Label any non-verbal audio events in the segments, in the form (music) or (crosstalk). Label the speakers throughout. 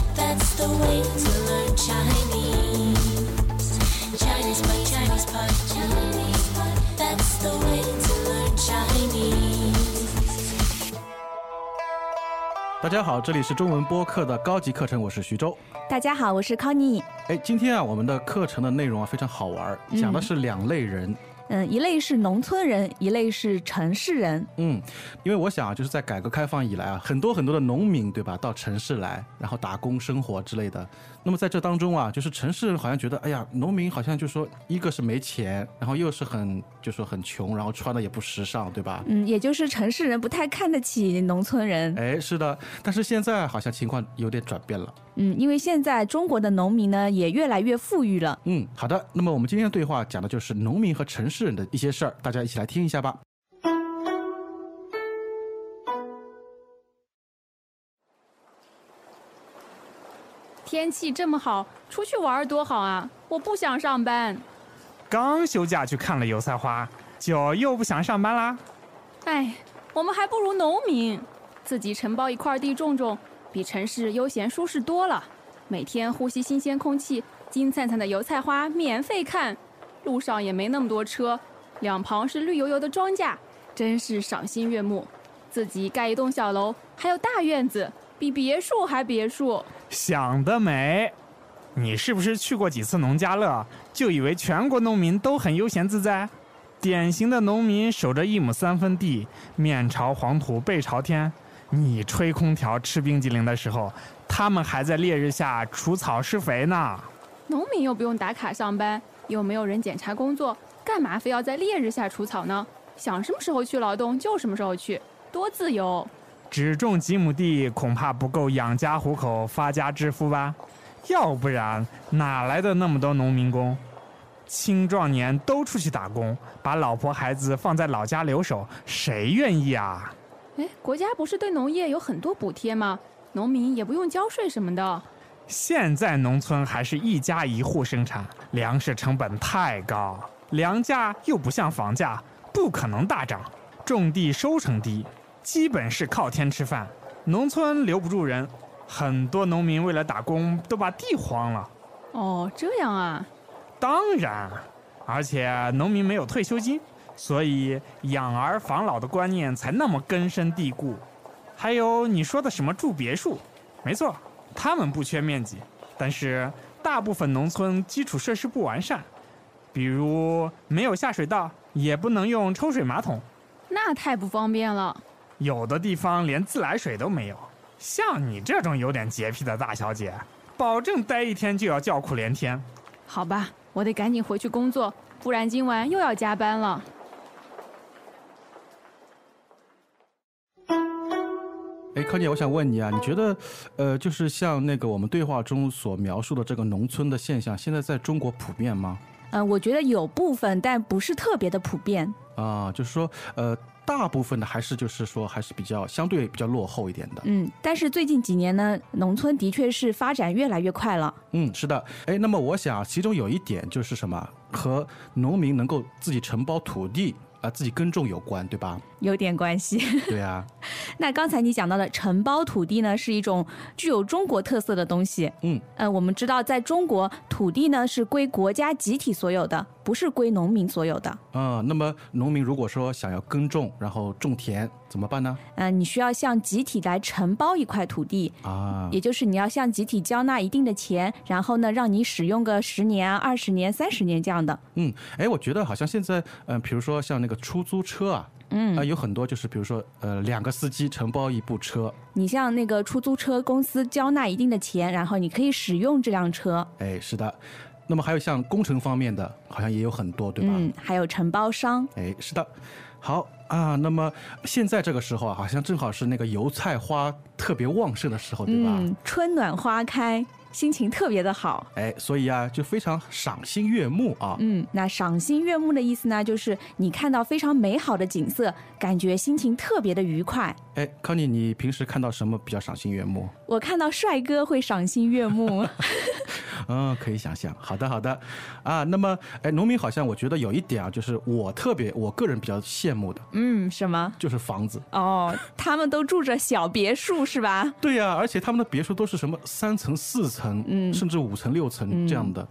Speaker 1: a way to learn Chinese. Chinese pot, Chinese pot, Chinese pot. That's the way to learn Chinese.
Speaker 2: 大家好，这里是中文播客的高级课程，我是徐州。
Speaker 3: 大家好，我是康妮。
Speaker 2: 哎，今天啊，我们的课程的内容啊非常好玩儿，讲的是两类人。
Speaker 3: 嗯，一类是农村人，一类是城市人。
Speaker 2: 嗯，因为我想啊，就是在改革开放以来啊，很多很多的农民，对吧，到城市来，然后打工生活之类的。那么在这当中啊，就是城市人好像觉得，哎呀，农民好像就说，一个是没钱，然后又是很就说很穷，然后穿的也不时尚，对吧？
Speaker 3: 嗯，也就是城市人不太看得起农村人。
Speaker 2: 哎，是的，但是现在好像情况有点转变了。
Speaker 3: 嗯，因为现在中国的农民呢也越来越富裕了。
Speaker 2: 嗯，好的。那么我们今天的对话讲的就是农民和城市人的一些事儿，大家一起来听一下吧。
Speaker 4: 天气这么好，出去玩儿多好啊！我不想上班。
Speaker 5: 刚休假去看了油菜花，就又不想上班啦。
Speaker 4: 哎，我们还不如农民，自己承包一块地种种，比城市悠闲舒适多了。每天呼吸新鲜空气，金灿灿的油菜花免费看，路上也没那么多车，两旁是绿油油的庄稼，真是赏心悦目。自己盖一栋小楼，还有大院子，比别墅还别墅。
Speaker 5: 想得美！你是不是去过几次农家乐，就以为全国农民都很悠闲自在？典型的农民守着一亩三分地，面朝黄土背朝天。你吹空调、吃冰激凌的时候，他们还在烈日下除草施肥呢。
Speaker 4: 农民又不用打卡上班，又没有人检查工作，干嘛非要在烈日下除草呢？想什么时候去劳动就什么时候去，多自由！
Speaker 5: 只种几亩地，恐怕不够养家糊口、发家致富吧？要不然哪来的那么多农民工？青壮年都出去打工，把老婆孩子放在老家留守，谁愿意啊？
Speaker 4: 哎，国家不是对农业有很多补贴吗？农民也不用交税什么的。
Speaker 5: 现在农村还是一家一户生产，粮食成本太高，粮价又不像房价，不可能大涨。种地收成低，基本是靠天吃饭。农村留不住人，很多农民为了打工都把地荒了。
Speaker 4: 哦，这样啊，
Speaker 5: 当然，而且农民没有退休金，所以养儿防老的观念才那么根深蒂固。还有你说的什么住别墅，没错，他们不缺面积，但是大部分农村基础设施不完善，比如没有下水道，也不能用抽水马桶，
Speaker 4: 那太不方便了。
Speaker 5: 有的地方连自来水都没有。像你这种有点洁癖的大小姐，保证待一天就要叫苦连天。
Speaker 4: 好吧，我得赶紧回去工作，不然今晚又要加班了。
Speaker 2: 哎，康姐，我想问你啊，你觉得，呃，就是像那个我们对话中所描述的这个农村的现象，现在在中国普遍吗？
Speaker 3: 嗯、我觉得有部分，但不是特别的普遍。
Speaker 2: 啊，就是说，呃，大部分的还是就是说还是比较相对比较落后一点的。
Speaker 3: 嗯，但是最近几年呢，农村的确是发展越来越快了。
Speaker 2: 嗯，是的。哎，那么我想其中有一点就是什么，和农民能够自己承包土地啊、自己耕种有关，对吧？
Speaker 3: 有点关系。
Speaker 2: 对啊， (laughs)
Speaker 3: 那刚才你讲到的承包土地呢，是一种具有中国特色的东西。
Speaker 2: 嗯，
Speaker 3: 呃，我们知道，在中国，土地呢是归国家集体所有的，不是归农民所有的。
Speaker 2: 啊、那么农民如果说想要耕种，然后种田怎么办呢？
Speaker 3: 呃，你需要向集体来承包一块土地，
Speaker 2: 啊，
Speaker 3: 也就是你要向集体交纳一定的钱，然后呢，让你使用个十年啊、二十年、三十年这样的。
Speaker 2: 嗯，哎，我觉得好像现在，嗯、比如说像那个出租车啊，嗯，啊、有很多就是比如说，呃，两个司机承包一部车，
Speaker 3: 你向那个出租车公司交纳一定的钱，然后你可以使用这辆车。
Speaker 2: 哎，是的。那么还有像工程方面的，好像也有很多，对吧？
Speaker 3: 嗯，还有承包商。
Speaker 2: 哎，是的。好啊，那么现在这个时候啊，好像正好是那个油菜花特别旺盛的时候，对吧？
Speaker 3: 嗯，春暖花开，心情特别的好。
Speaker 2: 哎，所以啊，就非常赏心悦目啊。
Speaker 3: 嗯，那赏心悦目的意思呢，就是你看到非常美好的景色，感觉心情特别的愉快。
Speaker 2: 哎，康妮，你平时看到什么比较赏心悦目？ (laughs)
Speaker 3: 我看到帅哥会赏心悦目，
Speaker 2: 嗯，可以想象。好的，好的，啊，那么，哎，农民好像我觉得有一点啊，就是我特别我个人比较羡慕的，
Speaker 3: 嗯，什么？
Speaker 2: 就是房子。
Speaker 3: 哦，他们都住着小别墅是吧？
Speaker 2: 对呀、而且他们的别墅都是什么三层、四层，
Speaker 3: 嗯
Speaker 2: 甚至五层、六层这样的，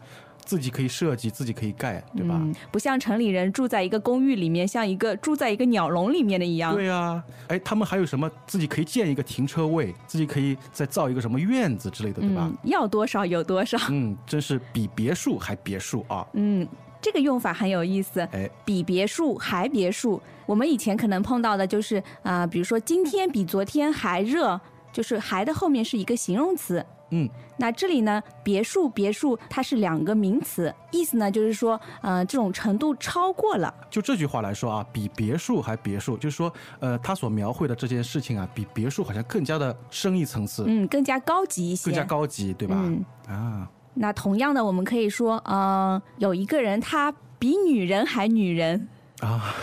Speaker 2: 自己可以设计，自己可以盖，对吧？
Speaker 3: 嗯，不像城里人住在一个公寓里面，像一个住在一个鸟笼里面的一样。
Speaker 2: 对呀、哎，他们还有什么自己可以建一个停车位，自己可以再造一个什么院子之类的，对吧
Speaker 3: 嗯？，要多少有多少。
Speaker 2: 嗯，真是比别墅还别墅啊！
Speaker 3: 嗯，这个用法很有意思。
Speaker 2: 哎，
Speaker 3: 比别墅还别墅，我们以前可能碰到的就是啊、比如说今天比昨天还热，就是“还”的后面是一个形容词。
Speaker 2: 嗯，
Speaker 3: 那这里呢，别墅别墅它是两个名词，意思呢就是说，呃，这种程度超过了。
Speaker 2: 就这句话来说啊，比别墅还别墅，就是说，呃，他所描绘的这件事情啊，比别墅好像更加的深一层次，
Speaker 3: 嗯，更加高级一些。
Speaker 2: 更加高级，对吧？
Speaker 3: 嗯，
Speaker 2: 啊，
Speaker 3: 那同样的，我们可以说，呃，有一个人他比女人还女人。
Speaker 2: 啊，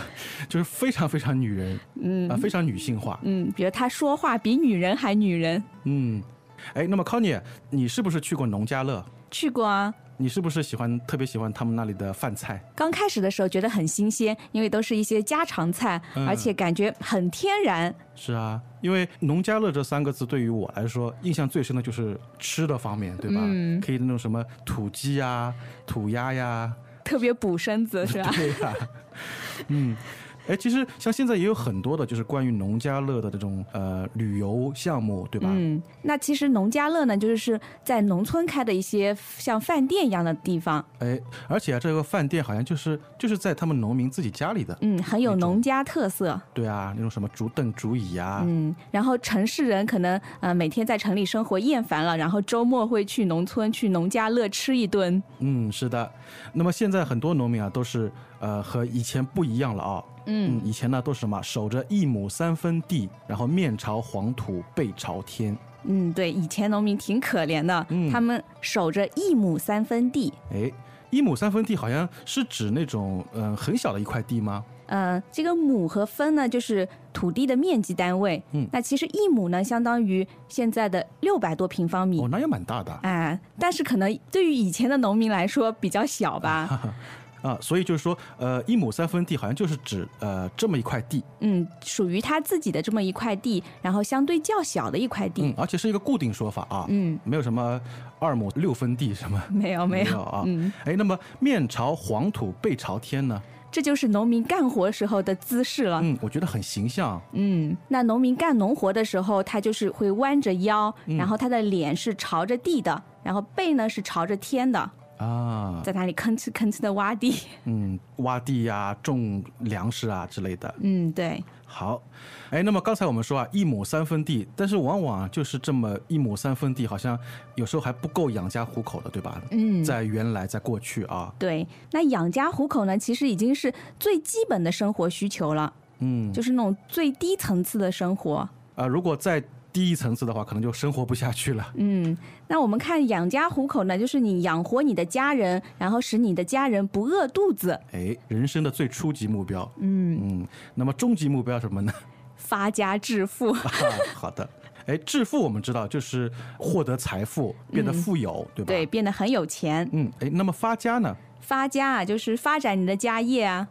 Speaker 2: 就是非常非常女人，嗯啊，非常女性化，
Speaker 3: 嗯，比如他说话比女人还女人。
Speaker 2: 嗯，哎，那么康妮，你是不是去过农家乐？
Speaker 3: 去过啊，
Speaker 2: 你是不是喜欢特别喜欢他们那里的饭菜？
Speaker 3: 刚开始的时候觉得很新鲜，因为都是一些家常菜，
Speaker 2: 嗯
Speaker 3: 而且感觉很天然。
Speaker 2: 是啊，因为农家乐这三个字对于我来说，印象最深的就是吃的方面，对吧？
Speaker 3: 嗯
Speaker 2: 可以那种什么土鸡呀、土鸭呀、
Speaker 3: 特别补
Speaker 2: (laughs)
Speaker 3: 身子是吧？ (laughs)
Speaker 2: 对呀、嗯。哎，其实像现在也有很多的，就是关于农家乐的这种呃旅游项目，对吧？
Speaker 3: 嗯，那其实农家乐呢，就是在农村开的一些像饭店一样的地方，
Speaker 2: 哎，而且啊，这个饭店好像就是就是在他们农民自己家里的，
Speaker 3: 嗯，很有农家特色，
Speaker 2: 对啊，那种什么竹凳、竹椅啊，
Speaker 3: 嗯。然后城市人可能呃每天在城里生活厌烦了，然后周末会去农村去农家乐吃一顿，
Speaker 2: 嗯，是的。那么现在很多农民啊，都是呃和以前不一样了啊。嗯，以前呢都是什么守着一亩三分地，然后面朝黄土背朝天。
Speaker 3: 嗯，对，以前农民挺可怜的，
Speaker 2: 嗯
Speaker 3: 他们守着一亩三分地，
Speaker 2: 哎，一亩三分地好像是指那种嗯、呃很小的一块地吗？
Speaker 3: 呃，这个亩和分呢，就是土地的面积单位。
Speaker 2: 嗯
Speaker 3: 那其实一亩呢，相当于现在的六百多平方米。
Speaker 2: 哦，那也蛮大的啊
Speaker 3: 哎，但是可能对于以前的农民来说比较小吧，
Speaker 2: (laughs) 啊。所以就是说，呃，一亩三分地好像就是指呃这么一块地，
Speaker 3: 嗯，属于他自己的这么一块地，然后相对较小的一块
Speaker 2: 嗯
Speaker 3: 地，，
Speaker 2: 而且是一个固定说法啊，
Speaker 3: 嗯，
Speaker 2: 没有什么二亩六分地什么。
Speaker 3: (laughs) 没有没有，
Speaker 2: 啊，
Speaker 3: 嗯，
Speaker 2: 哎，那么面朝黄土背朝天呢？
Speaker 3: 这就是农民干活时候的姿势了，
Speaker 2: 嗯，我觉得很形象。
Speaker 3: 啊嗯，那农民干农活的时候，他就是会弯着腰，然后他的脸是朝着地的，然后背呢是朝着天的，
Speaker 2: 啊，
Speaker 3: 在那里吭哧吭哧的挖地，
Speaker 2: 嗯，挖地呀、种粮食啊之类的。
Speaker 3: 嗯，对。
Speaker 2: 好，哎，那么刚才我们说啊，一亩三分地，但是往往啊就是这么一亩三分地，好像有时候还不够养家糊口的，对吧？
Speaker 3: 嗯
Speaker 2: 在原来，在过去啊，
Speaker 3: 对，那养家糊口呢，其实已经是最基本的生活需求了，
Speaker 2: 嗯，
Speaker 3: 就是那种最低层次的生活。
Speaker 2: 啊、如果再低一层次的话，可能就生活不下去了。
Speaker 3: 嗯，那我们看养家糊口呢，就是你养活你的家人，然后使你的家人不饿肚子，
Speaker 2: 哎，人生的最初级目标，嗯嗯，那么终极目标是什么
Speaker 3: (laughs)
Speaker 2: 呢？
Speaker 3: 发家致 (laughs) 富。
Speaker 2: 啊、好的，哎，致富我们知道就是获得财富，变得富有，对吧？
Speaker 3: 嗯对，，变得很有钱。
Speaker 2: 嗯，哎，那么发家呢？
Speaker 3: 发家啊，就是发展你的家业啊，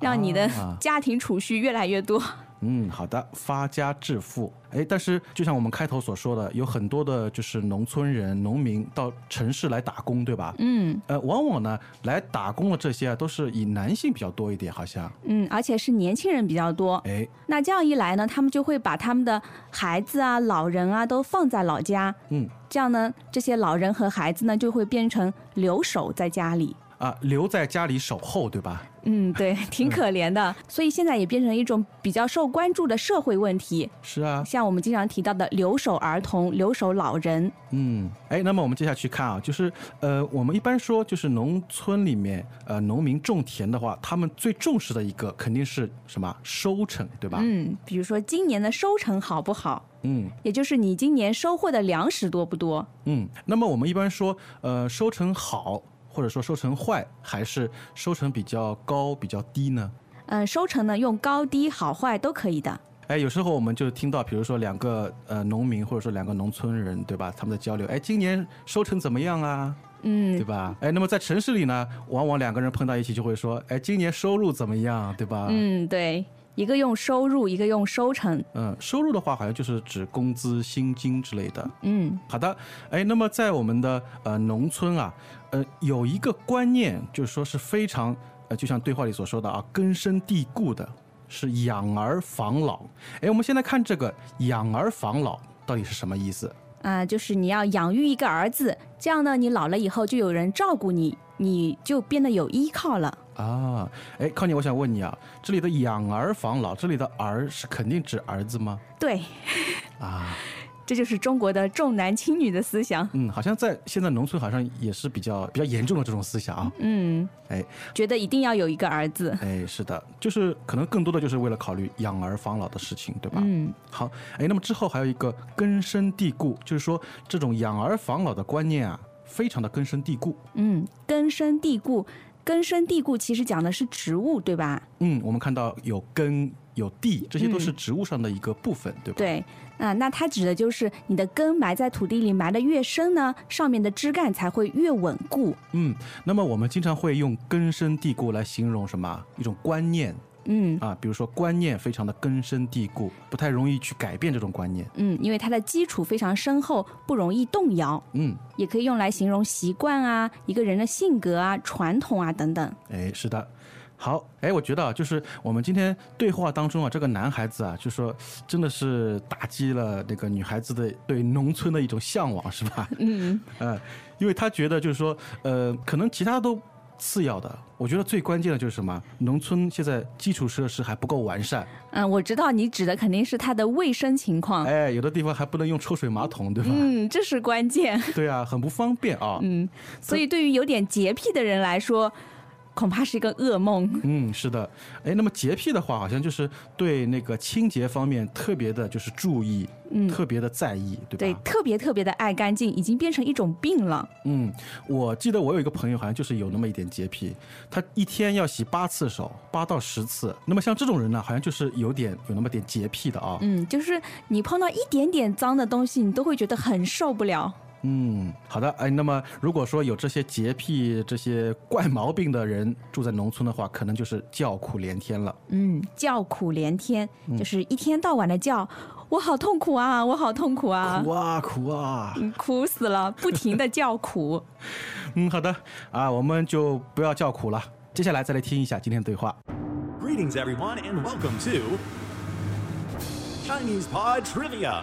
Speaker 3: 让你的
Speaker 2: 啊
Speaker 3: 家庭储蓄越来越多。
Speaker 2: 嗯，好的，发家致富。哎，但是就像我们开头所说的，有很多的就是农村人、农民到城市来打工，对吧？
Speaker 3: 嗯
Speaker 2: 呃，往往呢，来打工的这些啊，都是以男性比较多一点，好像。
Speaker 3: 嗯，而且是年轻人比较多。
Speaker 2: 哎，
Speaker 3: 那这样一来呢，他们就会把他们的孩子啊、老人啊都放在老家，
Speaker 2: 嗯
Speaker 3: 这样呢，这些老人和孩子呢就会变成留守在家里。
Speaker 2: 啊，留在家里守候，对吧？
Speaker 3: 嗯， (laughs) 对，挺可怜的。所以现在也变成一种比较受关注的社会问题，
Speaker 2: 是啊，
Speaker 3: 像我们经常提到的留守儿童、留守老人。
Speaker 2: 嗯，哎，那么我们接下去看啊，就是呃，我们一般说就是农村里面呃，农民种田的话，他们最重视的一个肯定是什么收成，对吧？
Speaker 3: 嗯，比如说今年的收成好不好，
Speaker 2: 嗯
Speaker 3: 也就是你今年收获的粮食多不多。
Speaker 2: 嗯，那么我们一般说，呃，收成好或者说收成坏，还是收成比较高、比较低呢？
Speaker 3: 嗯，收成呢用高低好坏都可以的。
Speaker 2: 哎，有时候我们就听到，比如说两个呃农民或者说两个农村人，对吧？他们在交流，哎，今年收成怎么样啊？对
Speaker 3: 嗯
Speaker 2: 吧？哎，那么在城市里呢，往往两个人碰到一起就会说，哎，今年收入怎么样，对吧？
Speaker 3: 嗯，对，一个用收入，一个用收成，
Speaker 2: 嗯，收入的话好像就是指工资、薪金之类的。
Speaker 3: 嗯
Speaker 2: 好的，哎，那么在我们的呃农村啊，呃有一个观念，就是说是非常呃，就像对话里所说的啊，根深蒂固的，是养儿防老。哎，我们先来看这个养儿防老到底是什么意思？
Speaker 3: 啊、就是你要养育一个儿子，这样呢，你老了以后就有人照顾你，你就变得有依靠了。
Speaker 2: 啊，哎，康妮，我想问你啊，这里的养儿防老，这里的儿是肯定指儿子吗？
Speaker 3: 对，
Speaker 2: 啊，
Speaker 3: (laughs) 这就是中国的重男轻女的思想。
Speaker 2: 嗯，好像在现在农村好像也是比较比较严重的这种思想啊。
Speaker 3: 嗯，
Speaker 2: 哎，
Speaker 3: 觉得一定要有一个儿 (laughs) 子。
Speaker 2: 哎，是的，就是可能更多的就是为了考虑养儿防老的事情，对吧？
Speaker 3: 嗯
Speaker 2: 好，哎，那么之后还有一个根深蒂固，就是说这种养儿防老的观念啊，非常的根深蒂固。
Speaker 3: 嗯，根深蒂固，根深蒂固其实讲的是植物，对吧？
Speaker 2: 嗯，我们看到有根有蒂，这些都是
Speaker 3: 嗯
Speaker 2: 植物上的一个部分，对吧？
Speaker 3: 对，啊、那它指的就是你的根埋在土地里埋得越深呢，上面的枝干才会越稳固。
Speaker 2: 嗯，那么我们经常会用根深蒂固来形容什么啊一种观念
Speaker 3: 嗯
Speaker 2: 啊，比如说观念非常的根深蒂固，不太容易去改变这种观念。
Speaker 3: 嗯，因为它的基础非常深厚，不容易动摇，
Speaker 2: 嗯，
Speaker 3: 也可以用来形容习惯啊、一个人的性格啊、传统啊等等。
Speaker 2: 哎，是的。好，哎，我觉得啊，就是我们今天对话当中啊，这个男孩子啊，就说真的是打击了那个女孩子的对农村的一种向往，是吧？ (laughs)
Speaker 3: 嗯
Speaker 2: 嗯，因为他觉得就是说，呃，可能其他都次要的，我觉得最关键的就是什么？农村现在基础设施还不够完善，
Speaker 3: 嗯，我知道你指的肯定是它的卫生情况。
Speaker 2: 哎，有的地方还不能用抽水马桶，对吧？
Speaker 3: 嗯，这是关键。
Speaker 2: 对啊，很不方便啊。
Speaker 3: 嗯，所以对于有点洁癖的人来说，恐怕是一个噩梦。
Speaker 2: 嗯，是的，哎，那么洁癖的话，好像就是对那个清洁方面特别的，就是注意，
Speaker 3: 嗯
Speaker 2: 特别的在意，对吧？
Speaker 3: 对，特别特别的爱干净，已经变成一种病了。
Speaker 2: 嗯，我记得我有一个朋友，好像就是有那么一点洁癖，他一天要洗八次手，八到十次。那么像这种人呢，好像就是有点有那么点洁癖的啊。
Speaker 3: 嗯，就是你碰到一点点脏的东西，你都会觉得很受不了。
Speaker 2: 嗯，好的，哎，那么如果说有这些洁癖、这些怪毛病的人住在农村的话，可能就是叫苦连天了。
Speaker 3: 嗯，叫苦连天，
Speaker 2: 嗯
Speaker 3: 就是一天到晚的叫，我好痛苦啊，我好痛苦啊，
Speaker 2: 苦啊苦啊！
Speaker 3: 嗯苦死了，不停的叫苦。
Speaker 2: 嗯，好的，啊，我们就不要叫苦了。接下来再来听一下今天的对话。
Speaker 6: Greetings, everyone, and welcome to Chinese Pod Trivia.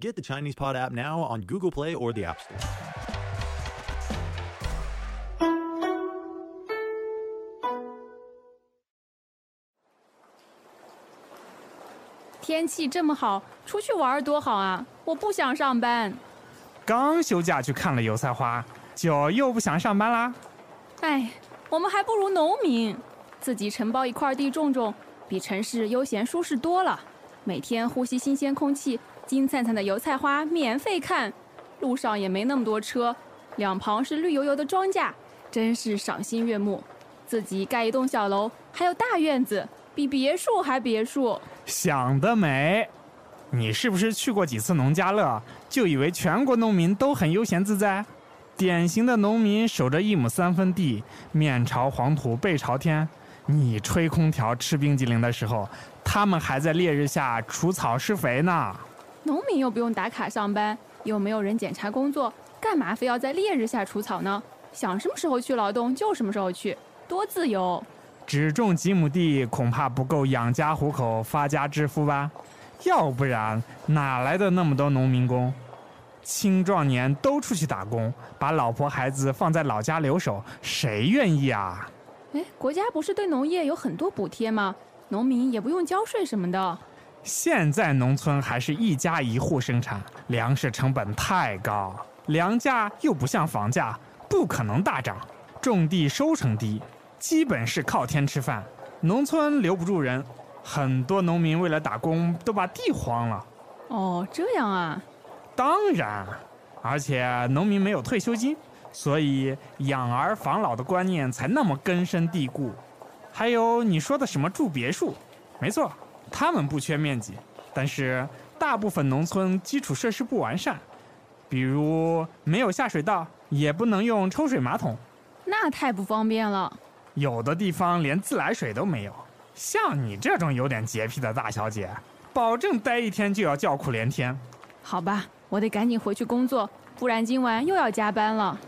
Speaker 6: Get the Chinese Pod app now on Google Play or the App Store.
Speaker 4: 天气这么好，出去玩儿多好啊！我不想上班。
Speaker 5: 刚休假去看了油菜花，就又不想上班啦。
Speaker 4: 哎，我们还不如农民，自己承包一块地种种，比城市悠闲舒适多了。每天呼吸新鲜空气，金灿灿的油菜花免费看，路上也没那么多车，两旁是绿油油的庄稼，真是赏心悦目。自己盖一栋小楼，还有大院子，比别墅还别墅。
Speaker 5: 想得美！你是不是去过几次农家乐，就以为全国农民都很悠闲自在？典型的农民守着一亩三分地，面朝黄土背朝天。你吹空调、吃冰激凌的时候，他们还在烈日下除草施肥呢。
Speaker 4: 农民又不用打卡上班，又没有人检查工作，干嘛非要在烈日下除草呢？想什么时候去劳动就什么时候去，多自由！
Speaker 5: 只种几亩地，恐怕不够养家糊口、发家致富吧？要不然哪来的那么多农民工？青壮年都出去打工，把老婆孩子放在老家留守，谁愿意啊？
Speaker 4: 哎，国家不是对农业有很多补贴吗？农民也不用交税什么的。
Speaker 5: 现在农村还是一家一户生产，粮食成本太高，粮价又不像房价，不可能大涨，种地收成低，基本是靠天吃饭。农村留不住人，很多农民为了打工都把地荒了。
Speaker 4: 哦，这样啊，
Speaker 5: 当然，而且农民没有退休金，所以养儿防老的观念才那么根深蒂固。还有你说的什么住别墅，没错，他们不缺面积，但是大部分农村基础设施不完善，比如没有下水道，也不能用抽水马桶，
Speaker 4: 那太不方便了。
Speaker 5: 有的地方连自来水都没有。像你这种有点洁癖的大小姐，保证待一天就要叫苦连天。
Speaker 4: 好吧，我得赶紧回去工作，不然今晚又要加班了。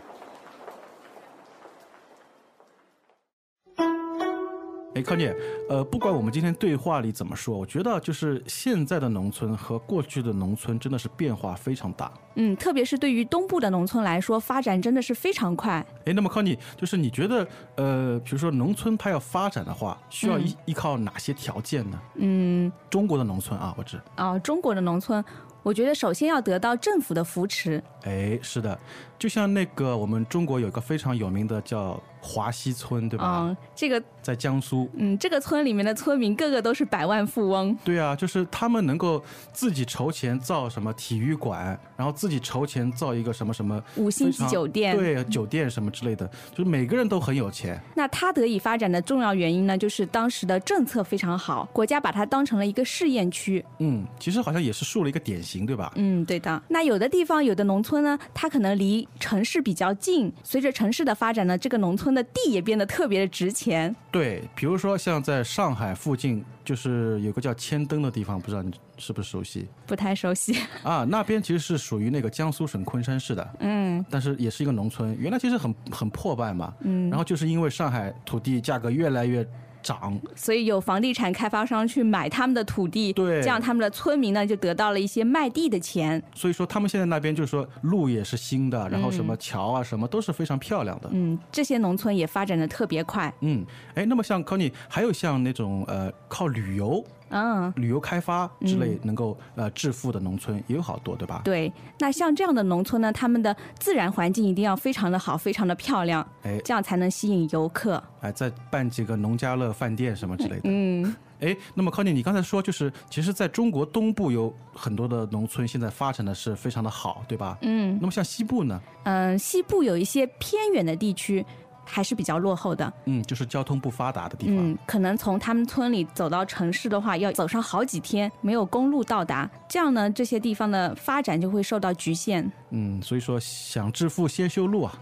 Speaker 2: 哎，康姐，呃，不管我们今天对话里怎么说，我觉得就是现在的农村和过去的农村真的是变化非常大。
Speaker 3: 嗯，特别是对于东部的农村来说，发展真的是非常快。
Speaker 2: 哎，那么康妮，就是你觉得，呃，比如说农村它要发展的话，需要依、依靠哪些条件呢？
Speaker 3: 嗯，
Speaker 2: 中国的农村啊，我知，
Speaker 3: 啊、中国的农村，我觉得首先要得到政府的扶持。
Speaker 2: 哎，是的，就像那个我们中国有一个非常有名的叫华西村，对吧？
Speaker 3: 嗯，这个，
Speaker 2: 在江苏。
Speaker 3: 嗯，这个村里面的村民个个都是百万富翁。
Speaker 2: 对啊，就是他们能够自己筹钱造什么体育馆，然后自己筹钱造一个什么什么
Speaker 3: 五星
Speaker 2: 非
Speaker 3: 级
Speaker 2: 常
Speaker 3: 酒店，嗯
Speaker 2: 对酒店什么之类的，就是每个人都很有钱。
Speaker 3: 那它得以发展的重要原因呢，就是当时的政策非常好，国家把它当成了一个试验区。
Speaker 2: 嗯，其实好像也是树了一个典型，对吧？
Speaker 3: 嗯，对的。那有的地方，有的农村呢，它可能离城市比较近，随着城市的发展呢，这个农村的地也变得特别的值钱。
Speaker 2: 对，比如说像在上海附近，就是有个叫千灯的地方，不知道你是不是熟悉
Speaker 3: 不太熟悉， (laughs)
Speaker 2: 啊？那边其实是属于那个江苏省昆山市的，
Speaker 3: 嗯，
Speaker 2: 但是也是一个农村，原来其实很很破败嘛，
Speaker 3: 嗯
Speaker 2: 然后就是因为上海土地价格越来越涨，
Speaker 3: 所以有房地产开发商去买他们的土地，
Speaker 2: 对
Speaker 3: 这样他们的村民呢就得到了一些卖地的钱。
Speaker 2: 所以说他们现在那边就是说路也是新的，然后什么桥啊什么都是非常漂亮的。
Speaker 3: 嗯，这些农村也发展的特别快。
Speaker 2: 嗯，哎，那么像 Conny，还有像那种呃靠旅游、
Speaker 3: 嗯，
Speaker 2: 旅游开发之类能够、呃致富的农村也有好多，对吧？
Speaker 3: 对。那像这样的农村呢，他们的自然环境一定要非常的好，非常的漂亮，
Speaker 2: 哎
Speaker 3: 这样才能吸引游客。
Speaker 2: 哎，再办几个农家乐饭店什么之类的。
Speaker 3: 嗯，
Speaker 2: 哎，那么康妮，你刚才说就是，其实在中国东部有很多的农村，现在发展的是非常的好，对吧？嗯。那么像西部呢？
Speaker 3: 嗯，西部有一些偏远的地区还是比较落后的。
Speaker 2: 嗯，就是交通不发达的地方。
Speaker 3: 嗯，可能从他们村里走到城市的话，要走上好几天，没有公路到达。这样呢，这些地方的发展就会受到局限。
Speaker 2: 嗯所以说想致富先修路啊。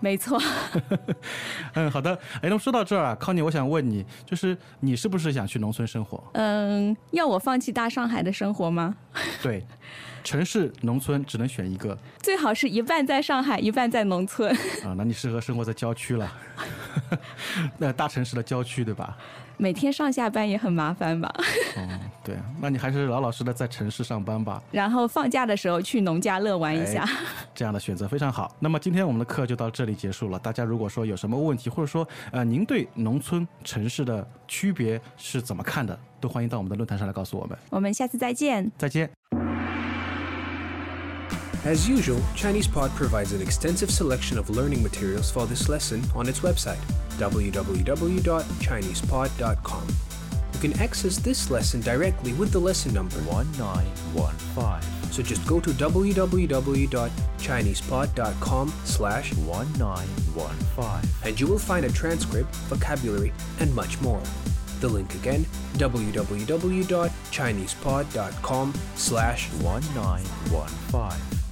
Speaker 3: 没错，
Speaker 2: 嗯，好的。哎，那么说到这儿啊，康妮，我想问你，就是你是不是想去农村生活？
Speaker 3: 嗯，要我放弃大上海的生活吗？
Speaker 2: 对，城市、农村只能选一个
Speaker 3: 最好是一半在上海，一半在农村。 (laughs)
Speaker 2: 啊、那你适合生活在郊区了， (laughs) 那大城市的郊区，对吧？
Speaker 3: 每天上下班也很麻烦吧？ (laughs)
Speaker 2: 哦，对，那你还是老老实实的在城市上班吧。
Speaker 3: 然后放假的时候去农家乐玩一下。
Speaker 2: 这样的选择非常好。那么今天我们的课就到这里结束了。大家如果说有什么问题，或者说呃您对农村城市的区别是怎么看的，都欢迎到我们的论坛上来告诉我们。
Speaker 3: 我们下次再见。
Speaker 2: 再见。
Speaker 7: As usual, ChinesePod provides an extensive selection of learning materials for this lesson on its website, www.chinesepod.com. You can access this lesson directly with the lesson number
Speaker 8: 1915.
Speaker 7: So just go to www.chinesepod.com slash
Speaker 8: 1915.
Speaker 7: and you will find a transcript, vocabulary, and much more. The link again, www.chinesepod.com slash
Speaker 8: 1915.